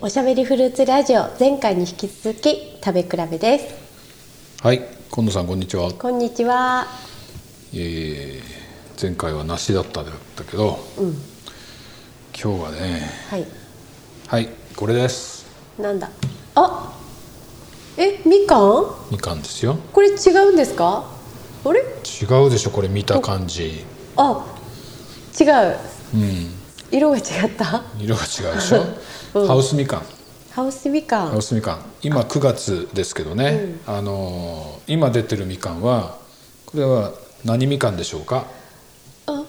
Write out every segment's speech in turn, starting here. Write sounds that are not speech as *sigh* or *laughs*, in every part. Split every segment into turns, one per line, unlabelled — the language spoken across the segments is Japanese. おしゃべりフルーツラジオ前回に引き続き食べ比べです
はい、近藤さんこんにちは。
こんにちは
えー前回は梨だったんだけど、今日はね、
はい
はい、これです。
なんだあえみかん
みかんですよ。
これ違うんですかあれ
違うでしょ、これ見た感じ。
あ違う色が違った
色が *laughs* 違うでしょ。ハウスみかん。
ハウスみか
ハ
ん
ウスみかん。今9月ですけどね、あのー今出てるみかんはこれは何みかんでしょうか。
あ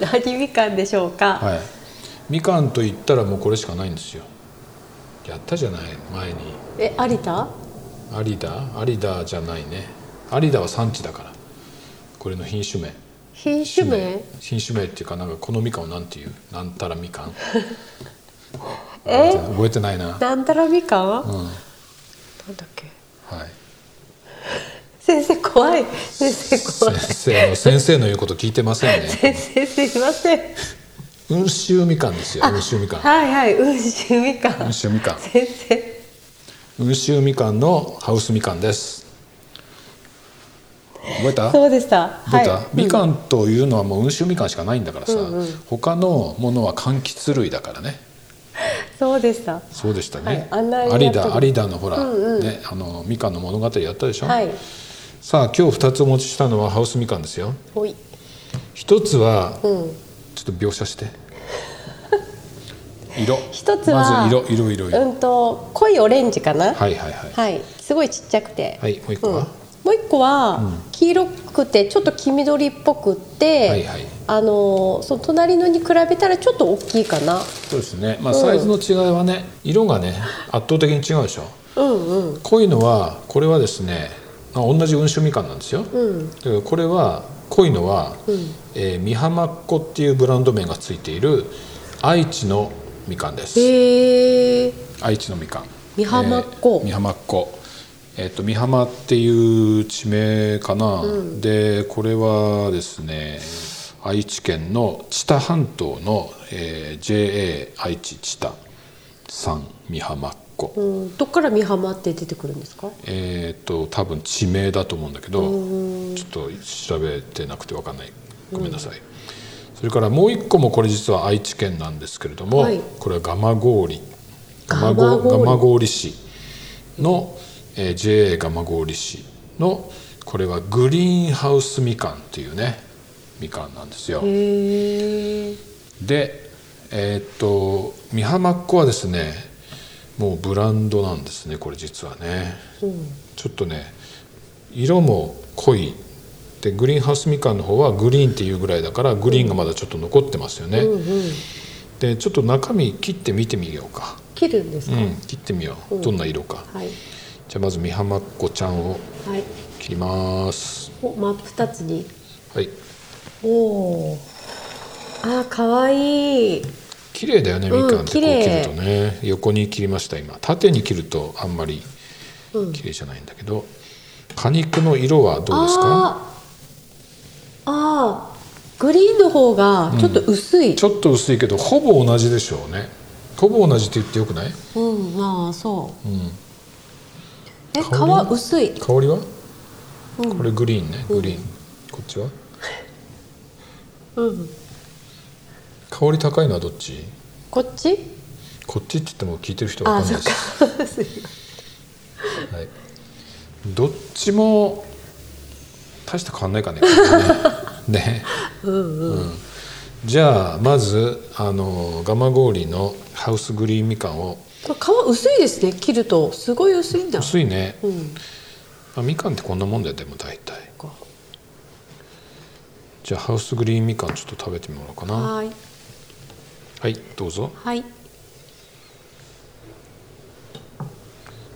*laughs* 何みかんでしょうか、
はい。みかんと言ったらもうこれしかないんですよ。やったじゃない前に。
え有田
有田有田じゃないね有田は産地だからこれの品種名
品種名
品種名っていうかなんかこのみかんをなんていうなんたらみかん
え
覚えてないな、はい
なんたらみかん、なんだっけ先生怖い先生怖い
先生の先生の言うこと聞いてませんね
先生すいません
温州みかんですよ温州みかん
はいはいうんしみかん
温州みかん
先生
温州みかんのハウスみかんです覚えた
そうでしたは
出
い
た、みかんというのはもう温州みかんしかないんだからさ、
うんうん
他のものは柑橘類だからね
そうでした
そうでしたね。
はいあんな
有
やった
田
り
有田のほら、ねあのみかんの物語やったでしょ。
はい
さあ今日二つお持ちしたのはハウスみかんですよ。
ほい
一つは
うん
ちょっと描
*laughs*
写して。色。
一つは
まず色色色色。
うんと濃いオレンジかなは、
はいはいはいい。
すごいちっちゃくて
はいもう一個は。
うんもう一個は、黄色くてちょっと黄緑っぽくって、
はいはい
あのーその隣のに比べたらちょっと大きいかな
そうですね。まあサイズの違いはね、色がね圧倒的に違うでしょ。
うんうん
濃いのはこれはですね、まあ、同じ温州みかんなんですよ。
うん
だけどこれは濃いのは、えー美浜っ子っていうブランド名がついている愛知のみかんです
へえ
愛知のみかん
美浜っ子
えー美浜っ子えっと美浜っていう地名かな、でこれはですね愛知県の知多半島の、えー JA 愛知知多産美浜っ子、
うん、どっから美浜って出てくるんですか
えっと多分地名だと思うんだけど
うん
ちょっと調べてなくてわかんないごめんなさい、それからもう一個もこれ実は愛知県なんですけれども、
はい
これは蒲郡
蒲
蒲
郡
郡蒲郡市の、えー JA 蒲郡市のこれはグリーンハウスみかんっていうねみかんなんですよ。
へえ
でえーっと美浜っ子はですねもうブランドなんですねこれ実はね、ちょっとね色も濃いでグリーンハウスみかんの方はグリーンっていうぐらいだからグリーンがまだちょっと残ってますよね、でちょっと中身切って見てみようか、
切るんです
う
か、
ん、切ってみよう、どんな色か
はい
じゃあまず美浜っ子ちゃんを
はい
切ります
お真っ二つに
はい
おおあーかわいい
綺麗だよねみかんってこう
綺
切
麗
るとね、横に切りました今縦に切るとあんまり綺麗じゃないんだけど、果肉の色はどうですか
あーあーグリーンの方がちょっと薄い、
ちょっと薄いけどほぼ同じでしょうねほぼ同じって言ってよくない
うん、まあそう、
ん
え
香りは
皮薄い
香りは、これグリーンねグリーン、こっちは
うん
香り高いのはどっち
こっち
こっちって言っても聞いてる人は
あ
分
ーそ
かんない
っか
です
すい *laughs* ま
はい、どっちも大した変わんないかね。ね。ねうんじゃあまずあのガマゴーリのハウスグリーンみかんを
せんこれ皮薄いですね切るとすごい薄いんだ
薄いね、
うん
まあ、みかんってこんなもんだよでも大体
か
じゃあハウスグリーンみかんちょっと食べてもらおうかな
はーい
はいどうぞ
はい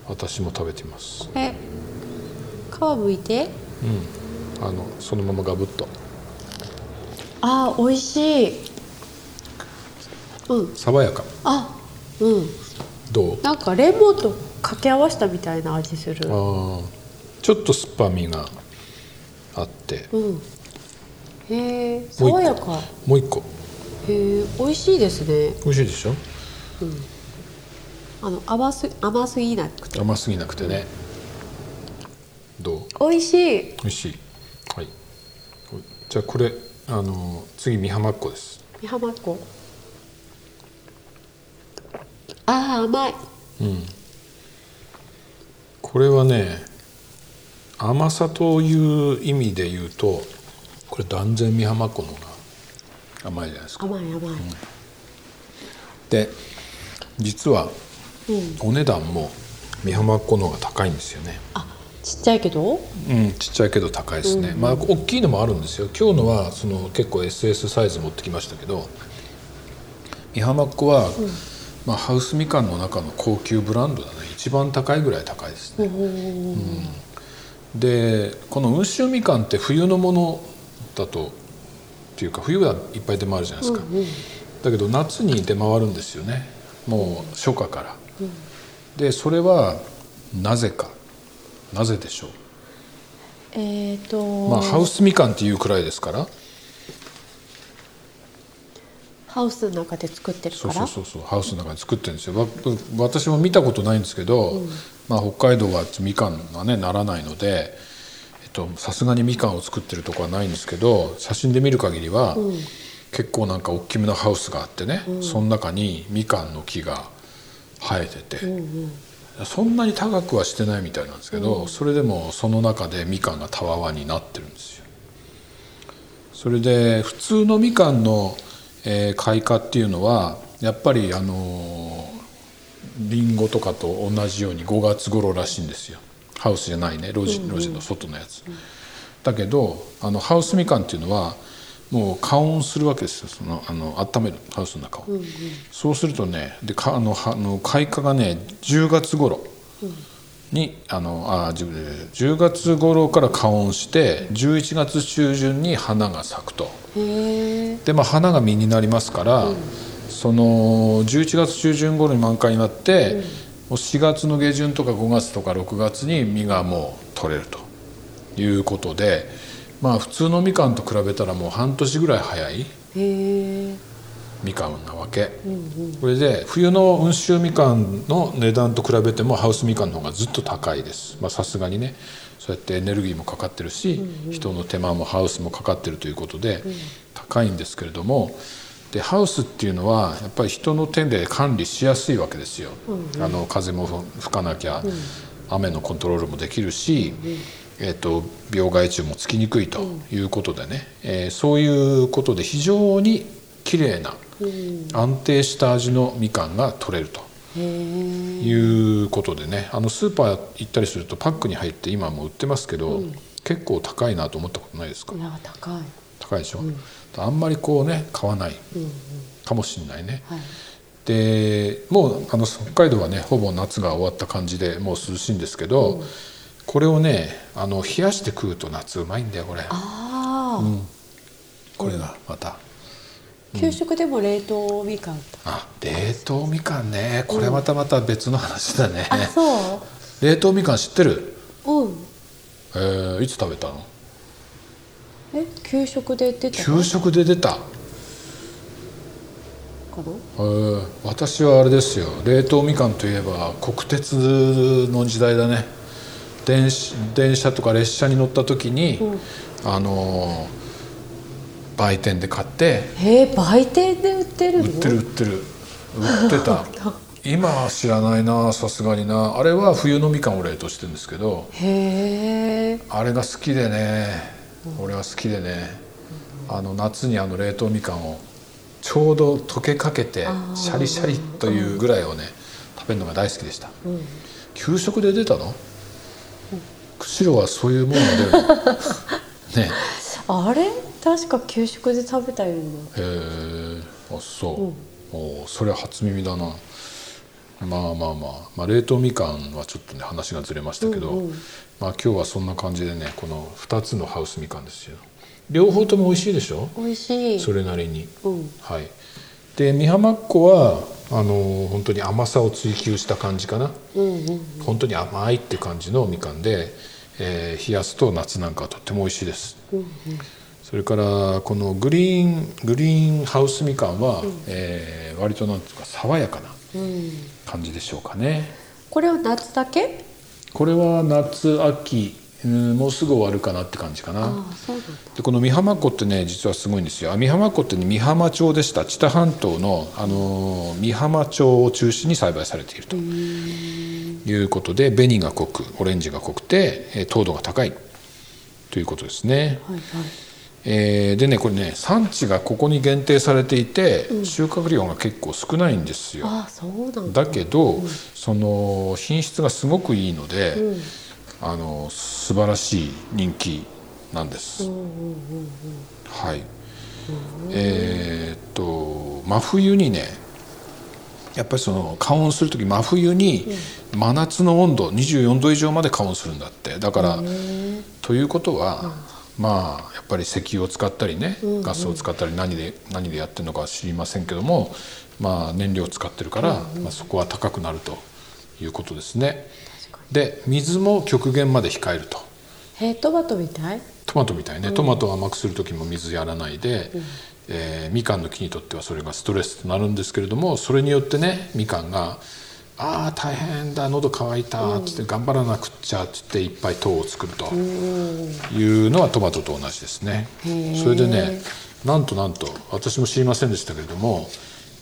私も食べてます
え皮むいて
あのそのままガブッと
あー美味しいうん
爽やか
あうん
どう
なんかレモンと掛け合わせたみたいな味する
あーちょっと酸っぱみがあって
うんへえ
もう一個
爽やか
もう一個
へえ美味しいですね
美味しいでしょ、
あの甘す甘すぎなくて
甘すぎなくてねどう
美味しい
美味しいはいじゃあこれあの次美浜っ子です
美浜っ子ああ甘い
これはね甘さという意味で言うとこれ断然美浜っ子の方が甘いじゃないですか
甘い甘い、
で実は
うん、
お値段も美浜っ子の方が高いんですよね
あちっちゃいけど
うんちっちゃいけど高いですね、まあ大きいのもあるんですよ今日のはその結構 SS サイズ持ってきましたけど美浜っ子は、まあ、ハウスみかんの中の高級ブランドだね一番高いぐらい高いですね
おー
でこの温州みかんって冬のものだとっていうか冬はいっぱい出回るじゃないですか、だけど夏に出回るんですよねもう初夏から、でそれはなぜかなぜでしょ
えっ、
う
と、
まあハウスみかんっていうくらいですから
ハウスの中で作ってる
そ
か
う
ら
そうそうそうハウスの中で作ってるんですよわ私も見たことないんですけど、まあ、北海道はみかんがねならないのでえっとさすがにみかんを作ってるとこはないんですけど写真で見る限りは、結構なんか大きめのハウスがあってね、その中にみかんの木が生えてて、そんなに高くはしてないみたいなんですけど、それでもその中でみかんがたわわになってるんですよ。それで普通のみかんの、えー開花っていうのはやっぱりあのーリンゴとかと同じように5月頃らしいんですよハウスじゃないね路地路地の外のやつ、だけどあのハウスみかんっていうのはもう加温するわけですよそのあの温めるハウスの中を、そうするとねでかあのはあの開花がね10月頃にあのあ自分で10月頃から花温して11月中旬に花が咲くと
へえ
で、まあ、花が実になりますから、その11月中旬頃に満開になって、もう4月の下旬とか5月とか6月に実がもう取れるということで、まあ、普通のみかんと比べたらもう半年ぐらい早い
へえ
みかんなわけ、これで冬の温州みかんの値段と比べてもハウスみかんの方がずっと高いですまあさすがにねそうやってエネルギーもかかってるし、人の手間もハウスもかかってるということで高いんですけれどもでハウスっていうのはやっぱり人の手で管理しやすいわけですよ、あの風も吹かなきゃ、雨のコントロールもできるし、えー、と病害虫もつきにくいということでね、えーそういうことで非常に綺麗な安定した味のみかんが取れると
へえ
いうことでねあのスーパー行ったりするとパックに入って今もう売ってますけど、結構高いなと思ったことないですか
いや高い
高いでしょ、あんまりこうね買わないかもしんないね。
はい
でもうあの北海道はねほぼ夏が終わった感じでもう涼しいんですけど、これをねあの冷やして食うと夏うまいんだよこれ
ああ、
これがまた
給食でも冷凍みかんと
あ冷凍みかんねこれまたまた別の話だね、
あそ
冷凍みかん知ってる、
ううん
えーいつ食べたの
え給食で出てたの
給食で出た、
かな
えー私はあれですよ冷凍みかんといえば国鉄の時代だね電子電車とか列車に乗った時に、あのー売店で買って
へえ売店で売ってるの
売ってる売ってる売ってた今は知らないなさすがになあれは冬のみかんを冷凍してるんですけど
へえ
あれが好きでね俺は好きでねあの夏にあの冷凍みかんをちょうど溶けかけてシャリシャリというぐらいをね食べるのが大好きでした、給食で出たの釧路はそういうものが出るのね
あれ確か給食で食べたような
へえあそう、おーそれは初耳だなまあまあまあ、まあ、冷凍みかんはちょっとね話がずれましたけど、まあ今日はそんな感じでねこの2つのハウスみかんですよ両方とも美味しいでしょ、
美味しい
それなりに、
うん
はいで美浜っ子はあのー本当に甘さを追求した感じかな
うんうん
本当に甘いって感じのみかんで、えー冷やすと夏なんかはとっても美味しいです、それからこのグリーングリーンハウスみかんは、えー割となんていうか爽やかな
うん、
感じでしょうかね。
これは夏だけ
これは夏秋うんもうすぐ終わるかなって感じか
あ
な。
あそうなんだ
でこの美浜湖ってね実はすごいんですよあ美浜湖ってね美浜町でした知多半島の、あのー美浜町を中心に栽培されているということで紅が濃くオレンジが濃くてえー糖度が高いということですね、
はいはい
えーでねこれね産地がここに限定されていて、収穫量が結構少ないんですよ
ああそうなんだ
だけど、その品質がすごくいいので、
うん
あの素晴らしい人気なんです、
うんうんうん
はい、えーっと真冬にねやっぱりその加温する時真冬に真夏の温度24度以上まで加温するんだってだからということは、まあやっぱり石油を使ったりね、ガスを使ったり何で何でやってるのかは知りませんけども、まあ、燃料を使ってるから、まあ、そこは高くなるということですね。で水も極限まで控えると。
へートマトみたい
トマトみたいね、トマトを甘くする時も水やらないで、えーみかんの木にとってはそれがストレスとなるんですけれどもそれによってねみかんが「あー大変だ喉乾いた」っつって「頑張らなくっちゃ」っつっていっぱい糖を作るというのはトマトと同じですね。それでねなんとなんと私も知りませんでしたけれども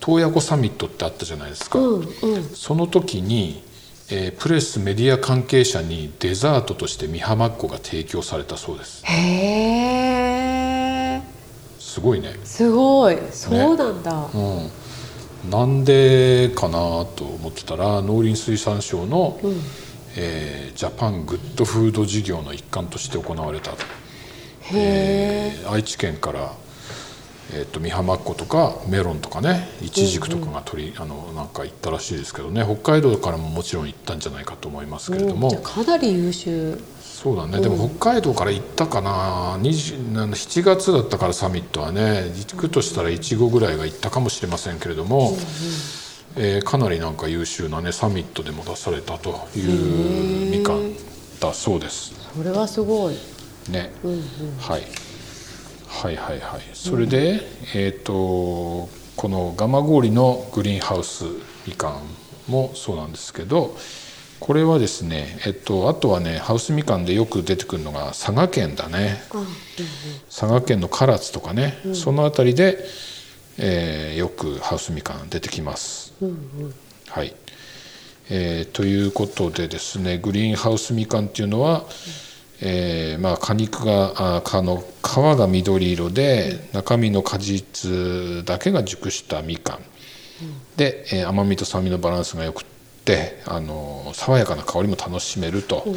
洞爺湖サミットってあったじゃないですか。
うんうん
その時に、えープレスメディア関係者にデザートとして美浜っ子が提供されたそうです
へえ
すごいね
すごいそうなんだ、
うんなんでかなと思ってたら農林水産省の、えージャパングッドフード事業の一環として行われたと、
へえ
えー愛知県から、えー、と美浜っ子とかメロンとかねいちじくとかが取り、あのなんか行ったらしいですけどね北海道からももちろん行ったんじゃないかと思いますけれども、
じゃあかなり優秀
そうだね、でも北海道から行ったかな20な7月だったからサミットはね行くとしたらいちごぐらいが行ったかもしれませんけれども、えーかなりなんか優秀なねサミットでも出されたというみかんだそうです。
それはすごい
ね、
うんうん
はい、はいはいはいそれで、えっ、とこの蒲郡のグリーンハウスみかんもそうなんですけどこれはですねえっとあとはねハウスみかんでよく出てくるのが佐賀県だね
あうん
佐賀県の唐津とかね、その辺りで、えーよくハウスみかん出てきます。
うんうんうん
はい、えーということでですねグリーンハウスみかんっていうのは、えーまあ、果肉があー皮の皮が緑色で中身の果実だけが熟したみかんで、えー甘みと酸味のバランスがよくって、あのー爽やかな香りも楽しめると、え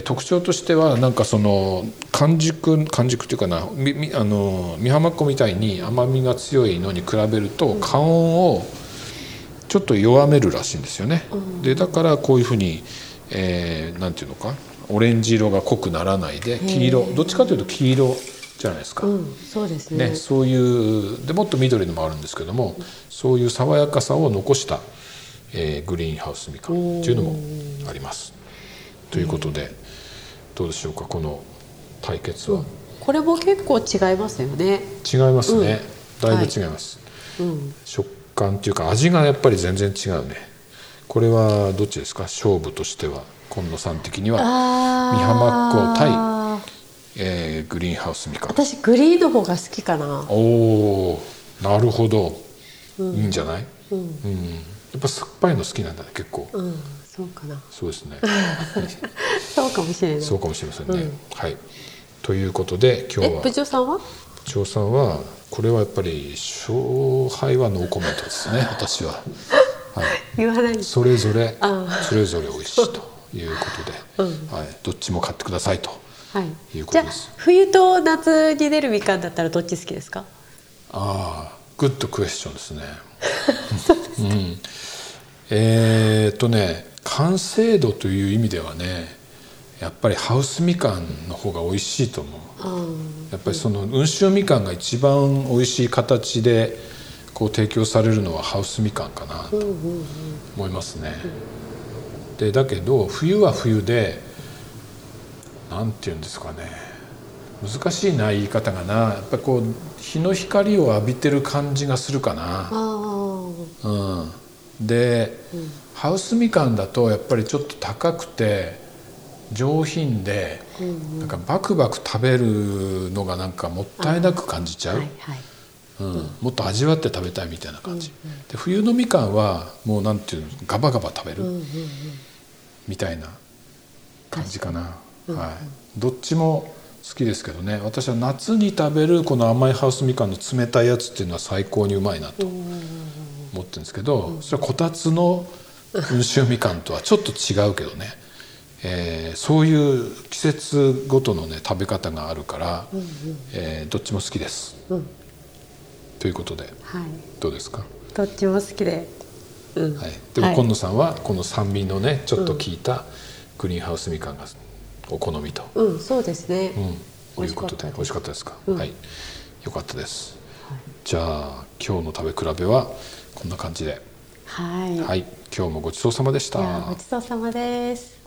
ー特徴としてはなんかその完熟完熟っていうかなみみあのー美浜っ子みたいに甘みが強いのに比べると加温をちょっと弱めるらしいんですよね。でだからこういうふうに、えーなんていうのかオレンジ色が濃くならないで黄色どっちかというと黄色じゃないですか。
うん、そうですね
ね、そういうでもっと緑のもあるんですけどもそういう爽やかさを残した、えーグリーンハウスみかんっていうのもあります。ということでどうでしょうかこの対決は
これも結構違いますよね
違いますね、
うん
だいぶ違います、
うん
食感っていうか味がやっぱり全然違うねこれはどっちですか勝負としては今野さん的には、
あ
美浜っ子対
っ子対
えーグリーンハウスみかん
私グリーンの方が好きかな
おおなるほど、いいんじゃない、
うん
うん、やっぱ酸っぱいの好きなんだね結構、
うんそうかな
そうですね
そうかもしれない
そうかもしれませんね、
うん
はいということで今
え
日は
部長さんは
部長さんはこれはやっぱり勝敗はノーコメントで
*laughs*
すね私は、はい、
言わないんです
それぞれ
あ
それぞれ美味しいということで、はい、どっちも買ってくださいと
はい
いうこ
じゃ
と
あ
です
冬と夏に出るみかんだったらどっち好きですか
ああグッドクエスチョンですねうん、えーっとね完成度という意味ではねやっぱりハウスみかんの方が美味しいと思う
うん
やっぱりその温州みかんが一番美味しい形でこう提供されるのはハウスみかんかなと思いますね。でだけど冬は冬でなんて言うんですかね難しいな言い方がなやっぱりこう日の光を浴びてる感じがするかな。
あ
うん、で、ハウスみかんだとやっぱりちょっと高くて上品で、なんかバクバク食べるのがなんかもったいなく感じちゃう
はい、はい
うん、もっと味わって食べたいみたいな感じ、で冬のみかんはもうなんていうのガバガバ食べる、みたいな感じかな、はい、どっちも好きですけどね私は夏に食べるこの甘いハウスみかんの冷たいやつっていうのは最高にうまいなと思ってるんですけどそれはこたつの温州みかんとはちょっと違うけどね、えーそういう季節ごとのね食べ方があるから、えーどっちも好きです。ということで
はい
どうですか、
どっちも好きでうん
はい、でも
はい
今野さんはこの酸味のねちょっと効いたグリーンハウスみかんがお好みと、
うんそうですね、
うん、いうことで美味しかったですか、はいよかったです、じゃあ今日の食べ比べはこんな感じで
はい、
はい今日もごちそうさまでした
いやごちそうさまです